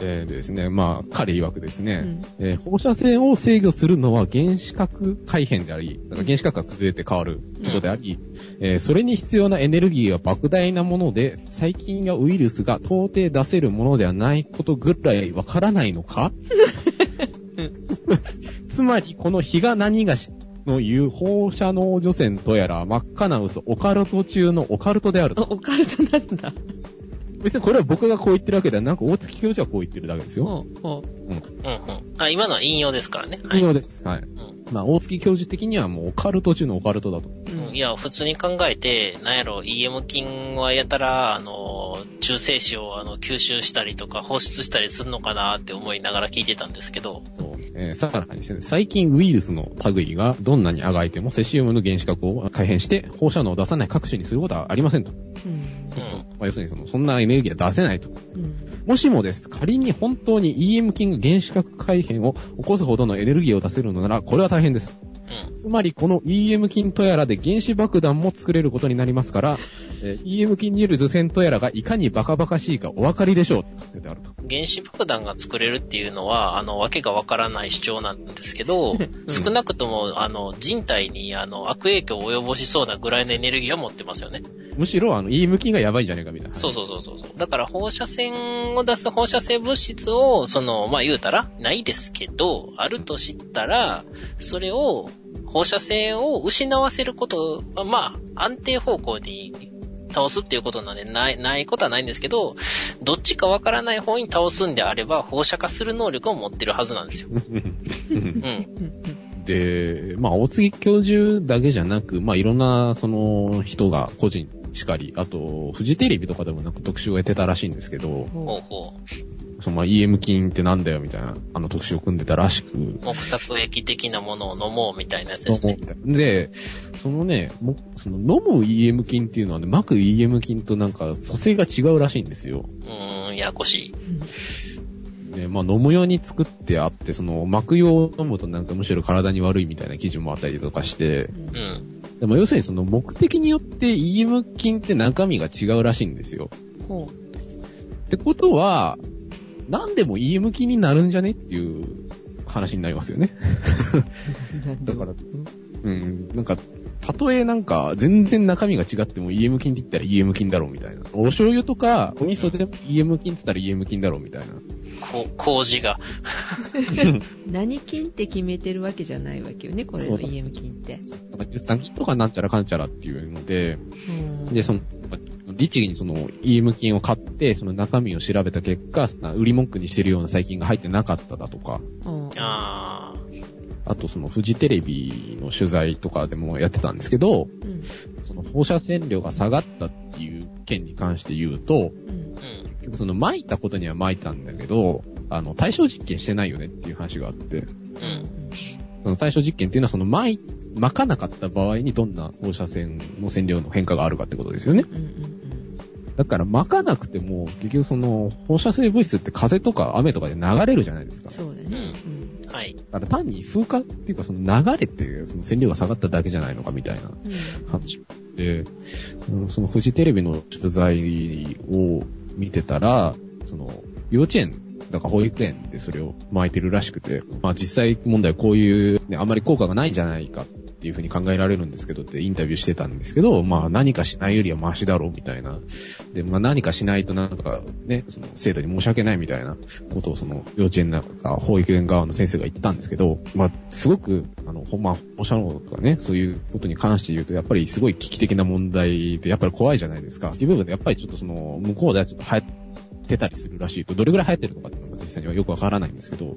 [SPEAKER 2] えーでですね、まあ、彼曰くです
[SPEAKER 3] う
[SPEAKER 2] ね、
[SPEAKER 3] ん
[SPEAKER 2] えー放射線を制御するのは原子核改変であり、だから原子核が崩れて変わることであり、えーそれに必要なエネルギーは莫大なもので、細菌やウイルスが到底出せるものではないことぐらいわからないの かつまり、この日が何がし、の言う放射能除染とやら真っ赤な嘘、オカルト中のオカルトである
[SPEAKER 3] あ
[SPEAKER 2] と。
[SPEAKER 3] オカルトなんだ。
[SPEAKER 2] 別にこれは僕がこう言ってるわけではなく、大月教授はこう言ってるだけですよ。
[SPEAKER 3] ほうほ
[SPEAKER 4] うんうん。あ、今のは引用ですからね。はい
[SPEAKER 2] 引。用です。はい。まあ、大月教授的にはもうオカルト中のオカルトだと。
[SPEAKER 3] う。う
[SPEAKER 4] うんい
[SPEAKER 3] ん
[SPEAKER 4] や、普通に考えて、なんやろ、EM 菌はやたら、あの、中性子をあの吸収したりとか放出したりするのかなって思いながら聞いてたんですけど、
[SPEAKER 2] そう。えーさらにですね、最近ウイルスの類がどんなにあがいてもセシウムの原子核を改変して放射能を出さない各種にすることはありませんと。
[SPEAKER 3] うん
[SPEAKER 4] うん
[SPEAKER 2] そうまあ、要するにその、そんなエネルギーは出せないと。
[SPEAKER 3] うん
[SPEAKER 2] もしもです、仮に本当に EM 菌が原子核改変を起こすほどのエネルギーを出せるのなら、これは大変です。
[SPEAKER 4] うん。
[SPEAKER 2] つまりこの EM 菌とやらで原子爆弾も作れることになりますから、えー EM 菌による図線とやらがいかにバカバカしいかお分かりでしょうって書いてあると。
[SPEAKER 4] 原子爆弾が作れるっていうのは、あの、わけがわからない主張なんですけど、少なくとも、あの、人体に、あの、悪影響を及ぼしそうなぐらいのエネルギーは持ってますよね。
[SPEAKER 2] むしろあの EM 菌がやばいんじゃねえかみたいな。
[SPEAKER 4] そうそうそうそうそう。だから放射線を出す放射性物質を、その、まあ言うたら、ないですけど、あると知ったら、それを、放射線を失わせることは、まあ、安定方向に倒すっていうことなんで、ない、ないことはないんですけど、どっちかわからない方に倒すんであれば、放射化する能力を持ってるはずなん ですよ。うん。
[SPEAKER 2] で、まあ、大杉教授だけじゃなく、まあ、いろんな、その、人が、個人しかり、あと、フジテレビとかでもなんか特集をやってたらしいんですけど、
[SPEAKER 3] ほ
[SPEAKER 4] ほ
[SPEAKER 3] う
[SPEAKER 4] うほう。
[SPEAKER 2] その、まあ、EM 菌ってなんだよみたいな、あの特集を組んでたらしく、
[SPEAKER 4] 木作液的なものを飲もうみたいなやつですね。
[SPEAKER 2] で、そのね、もその飲む EM 菌っていうのはね、まく EM 菌となんか組成が違うらしいんですよ。
[SPEAKER 4] うーん、ややこしい。
[SPEAKER 2] でね、まあ飲むように作ってあって、その膜用を飲むとなんかむしろ体に悪いみたいな記事もあったりとかして、
[SPEAKER 4] うん。
[SPEAKER 2] でも要するにその目的によって EM 菌って中身が違うらしいんですよ。
[SPEAKER 3] ほ
[SPEAKER 2] ってことは、何でも EM 菌になるんじゃねっていう話になりますよね。
[SPEAKER 3] う。なんで
[SPEAKER 2] だから
[SPEAKER 3] うん
[SPEAKER 2] うん、なんか、たとえなんか、全然中身が違っても EM 菌って言ったら EM 菌だろうみたいな。お醤油とか、お味噌でも EM 菌って言ったら EM 菌だろうみたいな。
[SPEAKER 4] こう、麹が。
[SPEAKER 3] 何菌って決めてるわけじゃないわけよね、これ
[SPEAKER 2] そ
[SPEAKER 3] の
[SPEAKER 2] うだ
[SPEAKER 3] EM 菌って。
[SPEAKER 2] なんか、乳酸菌とかなんちゃらかんちゃらっていうので、
[SPEAKER 3] うん
[SPEAKER 2] で、その、律儀にその EM 菌を買って、その中身を調べた結果、な売り文句にしてるような細菌が入ってなかっただとか、
[SPEAKER 3] うん
[SPEAKER 4] あ
[SPEAKER 2] あとそのフジテレビの取材とかでもやってたんですけど、
[SPEAKER 3] うん
[SPEAKER 2] その放射線量が下がったっていう件に関して言うと、
[SPEAKER 3] うん
[SPEAKER 4] ー。うん。
[SPEAKER 2] 結局その巻いたことには巻いたんだけど、あの、対象実験してないよねっていう話があって、
[SPEAKER 4] うん。
[SPEAKER 2] その対象実験っていうのはその巻い、巻かなかった場合にどんな放射線の線量の変化があるかってことですよね。
[SPEAKER 3] うんうん
[SPEAKER 2] だから巻かなくても、結局その放射性物質って風とか雨とかで流れるじゃないです
[SPEAKER 3] うん
[SPEAKER 2] か。
[SPEAKER 3] そうだね。うん
[SPEAKER 4] はい。
[SPEAKER 2] だから単に風化っていうかその流れてその線量が下がっただけじゃないのかみたいな
[SPEAKER 3] うん
[SPEAKER 2] 話で、うんそのフジテレビの取材を見てたら、その、幼稚園、だから保育園でそれを巻いてるらしくて、まあ実際問題はこういう、ね、あまり効果がないんじゃないかっていうふうに考えられるんですけどってインタビューしてたんですけど、まあ何かしないよりはマシだろうみたいな。で、まあ何かしないとなんかね、その生徒に申し訳ないみたいなことをその幼稚園なんか保育園側の先生が言ってたんですけど、まあすごく、あの、ほんま、放射能とかね、そういうことに関して言うとやっぱりすごい危機的な問題でやっぱり怖いじゃないですか。っていう部分でやっぱりちょっとその向こうではちょっと流行ってってたりするらしいと、どれぐらい流行ってるのかっていうのが実際にはよくわからないんですけど、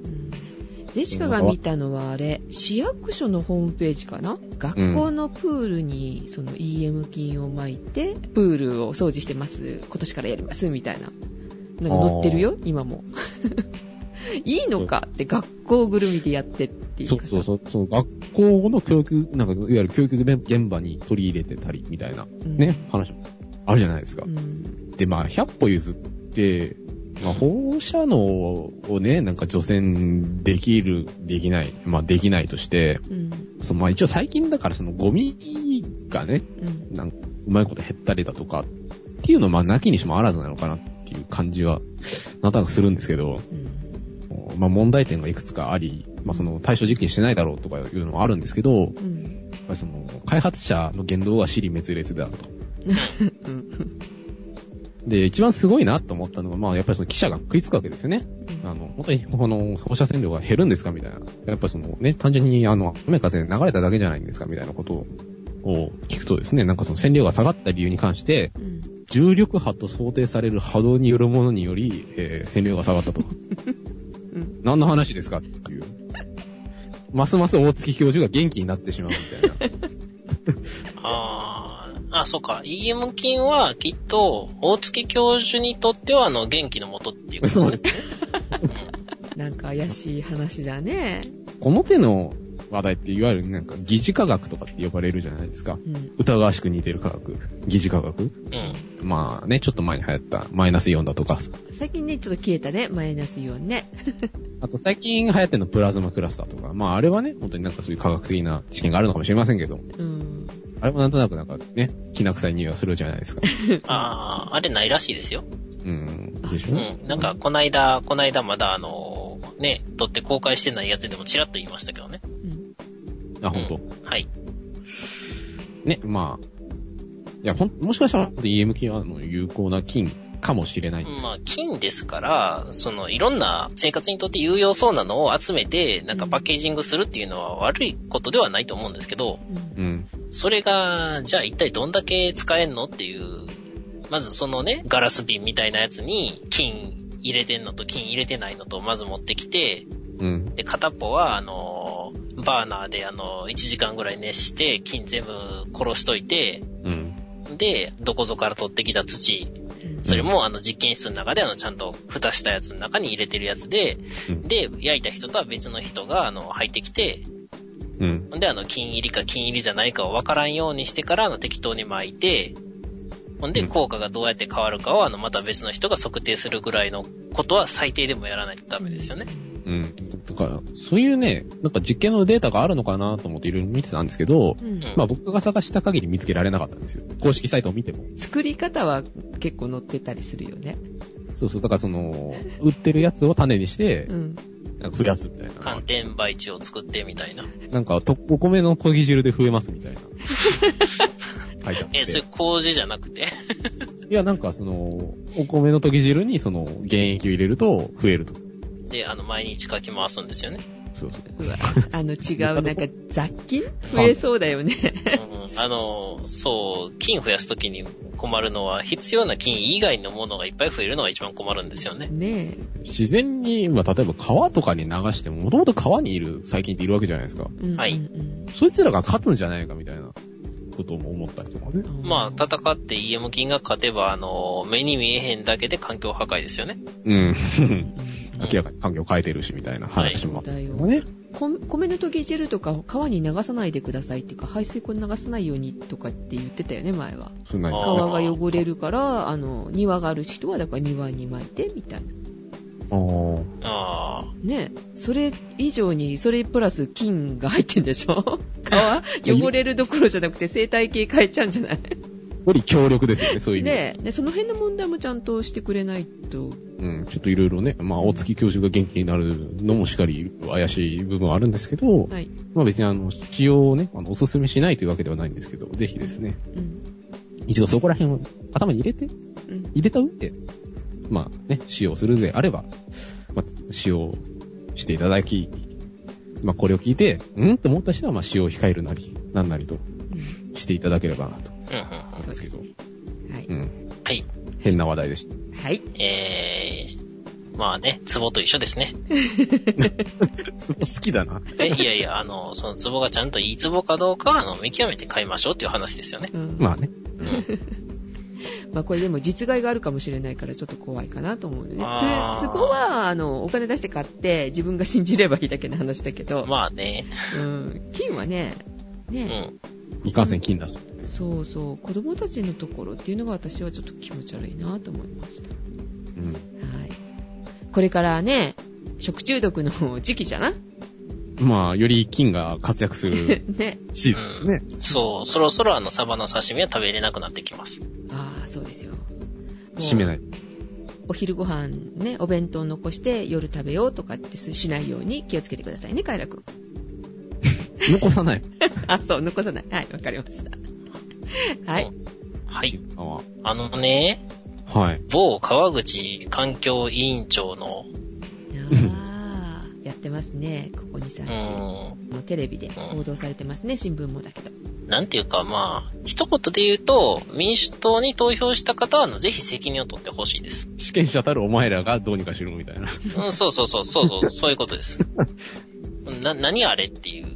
[SPEAKER 3] ジェシカが見たのはあれ、市役所のホームページかな学校のプールにその EM 菌を巻いて、プールを掃除してます、今年からやります、みたいな。なんか載ってるよ、今も。 いいのかって学校ぐるみでやってっていう
[SPEAKER 2] そう
[SPEAKER 3] かさ
[SPEAKER 2] そうそう、その学校の教育、なんか、いわゆる教育現場に取り入れてたりみたいな
[SPEAKER 3] うん
[SPEAKER 2] ね、話もあるじゃないですか
[SPEAKER 3] う。ん
[SPEAKER 2] で、まあ、100歩譲って、まあ、放射能をね、なんか除染できる、できない、まあ、できないとして、
[SPEAKER 3] うん
[SPEAKER 2] そのまあ一応最近だからそのゴミがね、
[SPEAKER 3] うん
[SPEAKER 2] なんかうまいこと減ったりだとかっていうのはまあなきにしもあらずなのかなっていう感じは、なんとなくするんですけど、
[SPEAKER 3] うん
[SPEAKER 2] まあ、問題点がいくつかあり、まあ、その対象実験してないだろうとかいうのはあるんですけど、やっ
[SPEAKER 3] うん
[SPEAKER 2] ぱりその開発者の言動は尻滅裂であると。
[SPEAKER 3] うん
[SPEAKER 2] で、一番すごいなと思ったのは、まあ、やっぱりその記者が食いつくわけですよね。あの、本当に、この、放射線量が減るんですかみたいな。やっぱりそのね、単純に、あの、雨風で流れただけじゃないんですかみたいなことを聞くとですね、なんかその線量が下がった理由に関して、
[SPEAKER 3] うん
[SPEAKER 2] 重力波と想定される波動によるものにより、えー、線量が下がったと。
[SPEAKER 3] うん
[SPEAKER 2] 何の話ですかっていう。ますます大月教授が元気になってしまうみたい な。
[SPEAKER 4] ああ、あ、そうか。EM 菌はきっと、大月教授にとっては、あの、元気のもとっていうこと
[SPEAKER 2] そう
[SPEAKER 4] で
[SPEAKER 2] ですす
[SPEAKER 4] ね。
[SPEAKER 3] なんか怪しい話だね。
[SPEAKER 2] この手の話題っていわゆるなんか疑似科学とかって呼ばれるじゃないですか。
[SPEAKER 3] うん
[SPEAKER 2] 疑わしく似てる科学。疑似科学。
[SPEAKER 4] うん。うん。
[SPEAKER 2] まあね、ちょっと前に流行ったマイナスイオンだとか。
[SPEAKER 3] 最近ね、ちょっと消えたね、マイナスイオンね。
[SPEAKER 2] あと最近流行ってるのプラズマクラスターとか。まああれはね、本当になんかそういう科学的な知見があるのかもしれませんけど、
[SPEAKER 3] うん。
[SPEAKER 2] あれもなんとなくなんかね、きな臭い匂いがするじゃないですか。
[SPEAKER 4] ああ、あれないらしいですよ。
[SPEAKER 2] うん。でし
[SPEAKER 4] う
[SPEAKER 2] ょ
[SPEAKER 4] ん。なんか、こないだ、こないだまだ、あの、ね、撮って公開してないやつでもちらっと言いましたけどね。
[SPEAKER 3] うん
[SPEAKER 2] あ、本当。
[SPEAKER 4] はい。
[SPEAKER 2] ね、まあ。いや、ほん、もしかしたら、EM 菌はあの有効な菌かもしれない。
[SPEAKER 4] まあ、菌ですから、その、いろんな生活にとって有用そうなのを集めて、なんかパッケージングするっていうのは悪いことではないと思うんですけど、
[SPEAKER 3] うん
[SPEAKER 2] うん。
[SPEAKER 4] それが、じゃあ一体どんだけ使えんのっていう、まずそのね、ガラス瓶みたいなやつに、金入れてんのと金入れてないのと、まず持ってきて、
[SPEAKER 2] うん。
[SPEAKER 4] で、片っぽは、あの、バーナーで、あの、1時間ぐらい熱して、金全部殺しといて、
[SPEAKER 2] うん。
[SPEAKER 4] で、どこぞから取ってきた土、
[SPEAKER 3] うん
[SPEAKER 4] それもあの実験室の中であのちゃんと蓋したやつの中に入れてるやつで、
[SPEAKER 2] うん
[SPEAKER 4] で、焼いた人とは別の人があの入ってきて、
[SPEAKER 2] うん。
[SPEAKER 4] ほんであの金入りか金入りじゃないかを分からんようにしてからあの適当に巻いて、ほんで、
[SPEAKER 2] うん
[SPEAKER 4] 効果がどうやって変わるかは、あの、また別の人が測定するぐらいのことは最低でもやらないとダメですよね。
[SPEAKER 2] うん。だから、そういうね、なんか実験のデータがあるのかなと思っていろいろ見てたんですけど、
[SPEAKER 3] うん
[SPEAKER 4] うん
[SPEAKER 2] まあ僕が探した限り見つけられなかったんですよ。公式サイトを見ても。
[SPEAKER 3] 作り方は結構載ってたりするよね。
[SPEAKER 2] そうそう、だからその、売ってるやつを種にして
[SPEAKER 3] う、ん。
[SPEAKER 2] なんか増やすみたいな
[SPEAKER 4] 寒。天培地を作ってみたいな。
[SPEAKER 2] なんかと、お米の研ぎ汁で増えますみた いな。書いてあって
[SPEAKER 4] え、それ麹じゃなくて
[SPEAKER 2] いや、なんかその、お米の研ぎ汁にその、原液を入れると増えると。
[SPEAKER 4] で、あの、毎日かき回すんですよね。
[SPEAKER 2] そうそう。
[SPEAKER 3] うわあの違う、なんか雑菌増えそうだよね。
[SPEAKER 4] うん、あの、そう、菌増やすときに困るのは、必要な菌以外のものがいっぱい増えるのが一番困るんですよね。
[SPEAKER 3] ね
[SPEAKER 2] 自然に、まあ例えば川とかに流しても、もともと川にいる細菌っているわけじゃないですか。
[SPEAKER 3] え。うん
[SPEAKER 4] はい
[SPEAKER 3] うん
[SPEAKER 2] そいつらが勝つんじゃないかみたいなことも思ったりとかね
[SPEAKER 3] う。ん
[SPEAKER 4] まあ、戦って EM 菌が勝てば、あの、目に見えへんだけで環境破壊ですよね。
[SPEAKER 2] うん。
[SPEAKER 3] うん
[SPEAKER 2] 明らかに環境変えてるしみたいな話もあったりとかね。
[SPEAKER 3] こ米のとぎ汁とか川に流さないでくださいっていうか排水溝に流さないようにとかって言ってたよね前は
[SPEAKER 2] そんなに
[SPEAKER 4] あー
[SPEAKER 3] 川が汚れるからあの庭がある人はだから庭に巻いてみたいな
[SPEAKER 2] あー
[SPEAKER 4] あ
[SPEAKER 3] ねそれ以上にそれプラス菌が入ってんでしょ川汚れるどころじゃなくて生態系変えちゃうんじゃない
[SPEAKER 2] より強力ですよね、そういう意味で。
[SPEAKER 3] ねえでその辺の問題もちゃんとしてくれないと
[SPEAKER 2] うん、ちょっといろいろね、まあ、大月教授が元気になるのもしっかり怪しい部分はあるんですけど、
[SPEAKER 3] はい、
[SPEAKER 2] まあ別にあの、使用をね、あの、おすすめしないというわけではないんですけど、ぜひですね、
[SPEAKER 3] うん
[SPEAKER 2] 一度そこら辺を頭に入れて、
[SPEAKER 3] うん、
[SPEAKER 2] 入れた上で、まあね、使用するであれば、まあ、使用していただき、まあこれを聞いて、うんと思った人は、まあ使用を控えるなり、なんなりとしていただければなと思
[SPEAKER 4] あ、うんうん。
[SPEAKER 2] うんですけど、
[SPEAKER 3] うんはい、
[SPEAKER 2] うん。
[SPEAKER 4] はい。
[SPEAKER 2] 変な話題でした。
[SPEAKER 3] はい
[SPEAKER 4] えー、まあね、ツボと一緒ですね。
[SPEAKER 2] そこ好きだな。
[SPEAKER 4] え、いやい や、あの、そのツボがちゃんといいツボかどうかは、あの、見極めて買いましょうっていう話ですよね。
[SPEAKER 3] うん
[SPEAKER 2] まあね。
[SPEAKER 3] まあこれでも実害があるかもしれないからちょっと怖いかなと思うのでね。
[SPEAKER 4] あー
[SPEAKER 3] つそこは、あの、お金出して買って自分が信じればいいだけの話だけど、
[SPEAKER 4] まあね、
[SPEAKER 3] うん、金はね、
[SPEAKER 4] う
[SPEAKER 3] ね、
[SPEAKER 4] ん。
[SPEAKER 2] いかんせん金だし。
[SPEAKER 3] そうそう、子供たちのところっていうのが私はちょっと気持ち悪いなと思いました。は
[SPEAKER 2] うん。
[SPEAKER 3] い。これからね、食中毒の時期じゃない
[SPEAKER 2] まあ、より金が活躍する
[SPEAKER 3] ね。
[SPEAKER 2] シーズンです ね。
[SPEAKER 4] そう、そろそろあの、サバの刺身は食べれなくなってきます。
[SPEAKER 3] ああ、そうですよ。もう
[SPEAKER 2] 締めない。
[SPEAKER 3] お昼ご飯ね、お弁当残して夜食べようとかってしないように気をつけてくださいね、カイラ くん。
[SPEAKER 2] 残さない。
[SPEAKER 3] あ、そう、残さない。はい、わかりました。はい。
[SPEAKER 4] はい。
[SPEAKER 2] あは
[SPEAKER 4] あのね、
[SPEAKER 2] はい。
[SPEAKER 4] 某川口環境委員長の、
[SPEAKER 3] あーやってますね、ここ2、
[SPEAKER 4] う
[SPEAKER 3] 3日。
[SPEAKER 4] ん、
[SPEAKER 3] のテレビで報道されてますね、新聞もだけど。
[SPEAKER 4] なんていうかまあ、一言で言うと、民主党に投票した方は、あの、ぜひ責任を取ってほしいです。
[SPEAKER 2] 試験者たるお前らがどうにかしろみたいな。
[SPEAKER 4] うん、そうそうそう、そうそう、そういうことです。 な、何あれっていう。
[SPEAKER 3] う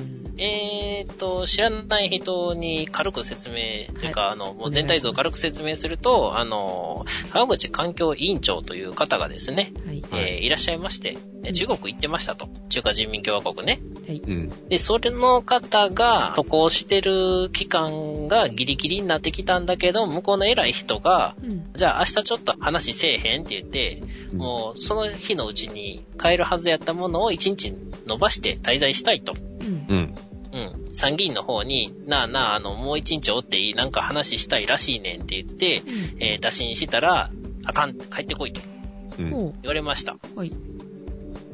[SPEAKER 3] ん。
[SPEAKER 4] えーと、知らない人に軽く説明、というか、あの、もう全体像を軽く説明すると、あの、川口環境委員長という方がですね、
[SPEAKER 3] はい。
[SPEAKER 2] はい
[SPEAKER 4] えーいらっしゃいまして、
[SPEAKER 3] ん
[SPEAKER 4] 中国行ってましたと。中華人民共和国ね。
[SPEAKER 3] はい。
[SPEAKER 2] うん。
[SPEAKER 4] で、それの方が渡航してる期間がギリギリになってきたんだけど、向こうの偉い人が、
[SPEAKER 3] うん。
[SPEAKER 4] じゃあ明日ちょっと話せえへんって言って、
[SPEAKER 2] うん
[SPEAKER 4] もうその日のうちに買えるはずやったものを1日伸ばして滞在したいと。
[SPEAKER 3] うん。
[SPEAKER 2] うん。
[SPEAKER 4] うん。参議院の方に、なあなあ、あの、もう1日おっていいなんか話したいらしいねんって言って、えー打診したら、あかん、帰ってこいと
[SPEAKER 2] う
[SPEAKER 3] うん
[SPEAKER 2] ん。
[SPEAKER 3] も
[SPEAKER 4] 言われました。
[SPEAKER 3] う、はい。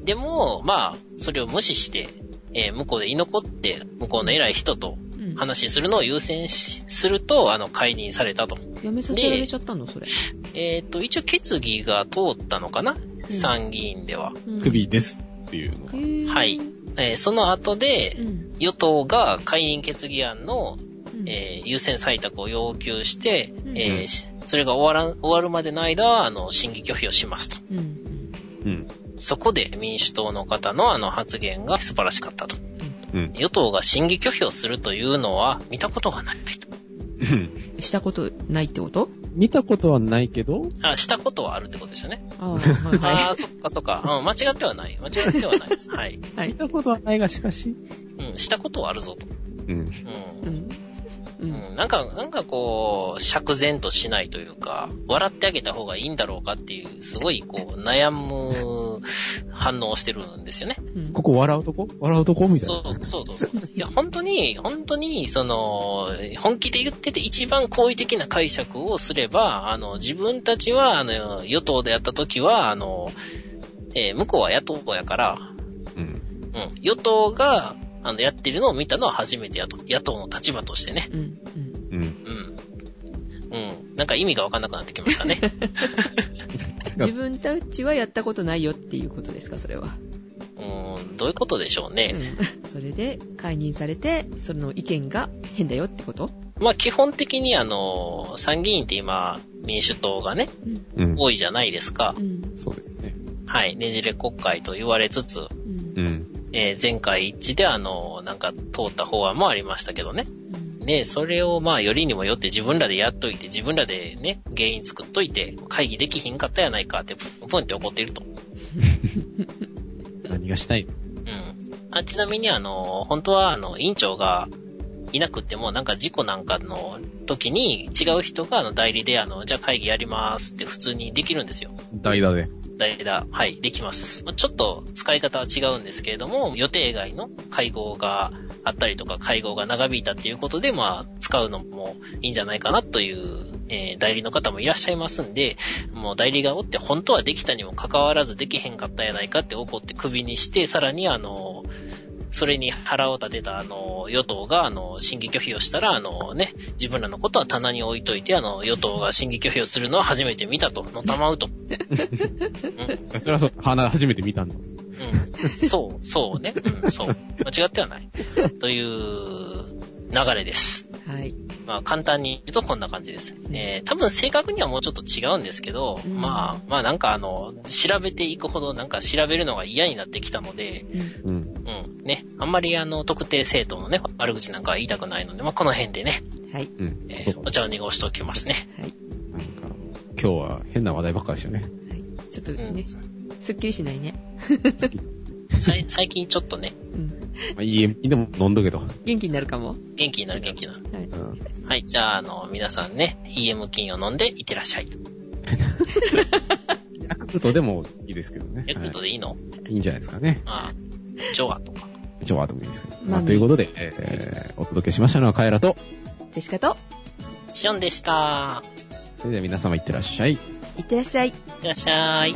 [SPEAKER 4] でも、まあ、それを無視して、えー向こうで居残って、向こうの偉い人と
[SPEAKER 3] うん。
[SPEAKER 4] 話しするのを優先し、すると、あの、解任されたと。
[SPEAKER 3] やめさせられちゃったの、それ。
[SPEAKER 4] えっ、と、一応決議が通ったのかな、参議院では。
[SPEAKER 3] うん。
[SPEAKER 2] 首ですっていうの
[SPEAKER 3] へ
[SPEAKER 2] が。
[SPEAKER 3] ー。
[SPEAKER 4] はい
[SPEAKER 3] うん。
[SPEAKER 4] えーその後で、与党が解任決議案の、
[SPEAKER 3] うん
[SPEAKER 4] えー優先採択を要求して、
[SPEAKER 3] ん
[SPEAKER 4] えーしそれが終わらん、終わるまでの間、あの、審議拒否をしますと。
[SPEAKER 3] うんうん。
[SPEAKER 2] うん。
[SPEAKER 4] そこで民主党の方のあの発言が素晴らしかったと。
[SPEAKER 2] うん。
[SPEAKER 4] 与党が審議拒否をするというのは見たことがないと。
[SPEAKER 3] したことないってこと
[SPEAKER 2] 見たことはないけど、
[SPEAKER 4] あ、したことはあるってことですよね。
[SPEAKER 3] ああ、はい
[SPEAKER 4] あ
[SPEAKER 3] は
[SPEAKER 4] あ、そっかそっか。うん、間違ってはない。間違ってはないです。はい。
[SPEAKER 3] い。は
[SPEAKER 2] 見
[SPEAKER 3] い。
[SPEAKER 2] たことはないがしかし、
[SPEAKER 4] うん、したことはあるぞと。
[SPEAKER 2] うん。
[SPEAKER 4] う。
[SPEAKER 3] うんん。う。
[SPEAKER 4] うんん、なんか、なんかこう、釈然としないというか、笑ってあげた方がいいんだろうかっていう、すごいこう、悩む反応をしてるんですよね。
[SPEAKER 3] うん
[SPEAKER 2] ここ笑うとこ笑うとこみたい
[SPEAKER 4] そ
[SPEAKER 2] な
[SPEAKER 4] う、。そうそうそう。いや、本当に、本当に、その、本気で言ってて一番好意的な解釈をすれば、あの、自分たちは、あの、与党でやった時は、あの、えー向こうは野党やから、
[SPEAKER 2] うん。
[SPEAKER 4] うん、与党が、あの、やってるのを見たのは初めてやと、野党の立場としてね。
[SPEAKER 3] うんうん
[SPEAKER 2] うん。
[SPEAKER 4] うん。うん。なんか意味がわかんなくなってきましたね。
[SPEAKER 3] 自分たちはやったことないよっていうことですか、それは。
[SPEAKER 4] うん、どういうことでしょう
[SPEAKER 3] う
[SPEAKER 4] ね。
[SPEAKER 3] ん それで解任されて、その意見が変だよってこと
[SPEAKER 4] まあ、基本的にあの、参議院って今、民主党がね、
[SPEAKER 3] うん。
[SPEAKER 2] うん。
[SPEAKER 4] 多いじゃないですか
[SPEAKER 3] う。ん。
[SPEAKER 2] そうですね。
[SPEAKER 4] はい。ねじれ国会と言われつつ、
[SPEAKER 3] うん。
[SPEAKER 2] うん。
[SPEAKER 4] えー前回一致であの、なんか通った法案もありましたけどね。で、それをまあ、よりにもよって自分らでやっといて、自分らでね、原因作っといて、会議できひんかったやないかって、ぷんぷんって怒ってると。
[SPEAKER 2] 何がしたい
[SPEAKER 4] うん。あ、ちなみにあの、本当はあの、委員長がいなくっても、なんか事故なんかの時に違う人があの、代理であの、じゃあ会議やりますって普通にできるんですよ。
[SPEAKER 2] 代打で。
[SPEAKER 4] 代打、はい、できます。まあちょっと使い方は違うんですけれども、予定外の会合があったりとか、会合が長引いたっていうことで、まあ、使うのもいいんじゃないかなという、えー代理の方もいらっしゃいますんで、もう代理がおって本当はできたにもかかわらずできへんかったやないかって怒って首にして、さらにあの、それに腹を立てた、あの、与党が、あの、審議拒否をしたら、あのね、自分らのことは棚に置いといて、あの、与党が審議拒否をするのは初めて見たと、のたまうと。うん
[SPEAKER 2] それはそう、花初めて見たんだ。
[SPEAKER 4] うんそう、そうね。うん、そう。間違ってはない。という流れです。
[SPEAKER 3] はい。
[SPEAKER 4] まあ、簡単に言うとこんな感じです。えー、多分正確にはもうちょっと違うんですけど、
[SPEAKER 3] うん
[SPEAKER 4] まあ、まあなんかあの、調べていくほどなんか調べるのが嫌になってきたので、
[SPEAKER 3] うん
[SPEAKER 2] うん。
[SPEAKER 4] うん、ね。あんまりあの、特定政党のね、悪口なんかは言いたくないので、まあこの辺でね、
[SPEAKER 3] はい。
[SPEAKER 2] うん。
[SPEAKER 4] えー
[SPEAKER 2] そうか
[SPEAKER 4] お。茶を濁しておきますね。
[SPEAKER 3] はい。
[SPEAKER 2] なんか、今日は変な話題ばっかりでしたね。
[SPEAKER 3] はい。ちょっと
[SPEAKER 4] うん
[SPEAKER 3] ね、すっきりしないね。
[SPEAKER 2] 好き。ま
[SPEAKER 4] さい最近ちょっとね、
[SPEAKER 3] うん。
[SPEAKER 2] あ、いいえ、でも飲んどけと。
[SPEAKER 3] 元気になるかも。
[SPEAKER 4] 元気になる元気になる。
[SPEAKER 3] はい。
[SPEAKER 2] うん。
[SPEAKER 4] はい、じゃああの、皆さんね、EM 金を飲んでいってらっしゃい。
[SPEAKER 2] ヤクルトでもいいですけどね。
[SPEAKER 4] ヤクルトでいいの、
[SPEAKER 2] はい、いいんじゃないですかね。
[SPEAKER 4] ああ、ジョアとか。
[SPEAKER 2] 一応は後でもいいですけど。
[SPEAKER 3] ま
[SPEAKER 2] ま
[SPEAKER 3] あ
[SPEAKER 2] あ、ということで、えー、お届けしましたのはカエラと、
[SPEAKER 3] ジェシカと、
[SPEAKER 4] シオンでした。
[SPEAKER 2] それでは皆様いってらっしゃい。
[SPEAKER 3] いってらっしゃい。
[SPEAKER 4] いってらっしゃい。